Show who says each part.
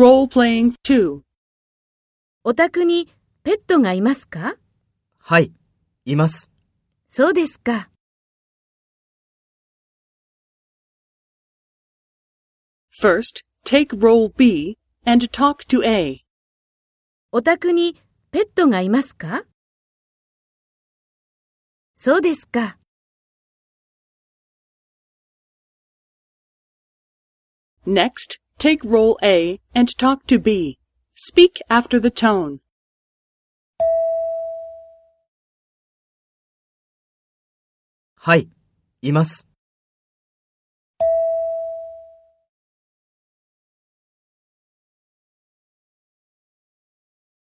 Speaker 1: Role-playing 2.
Speaker 2: お宅にペットがいますか
Speaker 3: はい、います。
Speaker 2: そうですか。
Speaker 1: First, take role B and talk to A.
Speaker 2: お宅にペットがいますかそうですか。
Speaker 1: Next, take role A and talk to B. Speak after the tone.
Speaker 3: はい、います。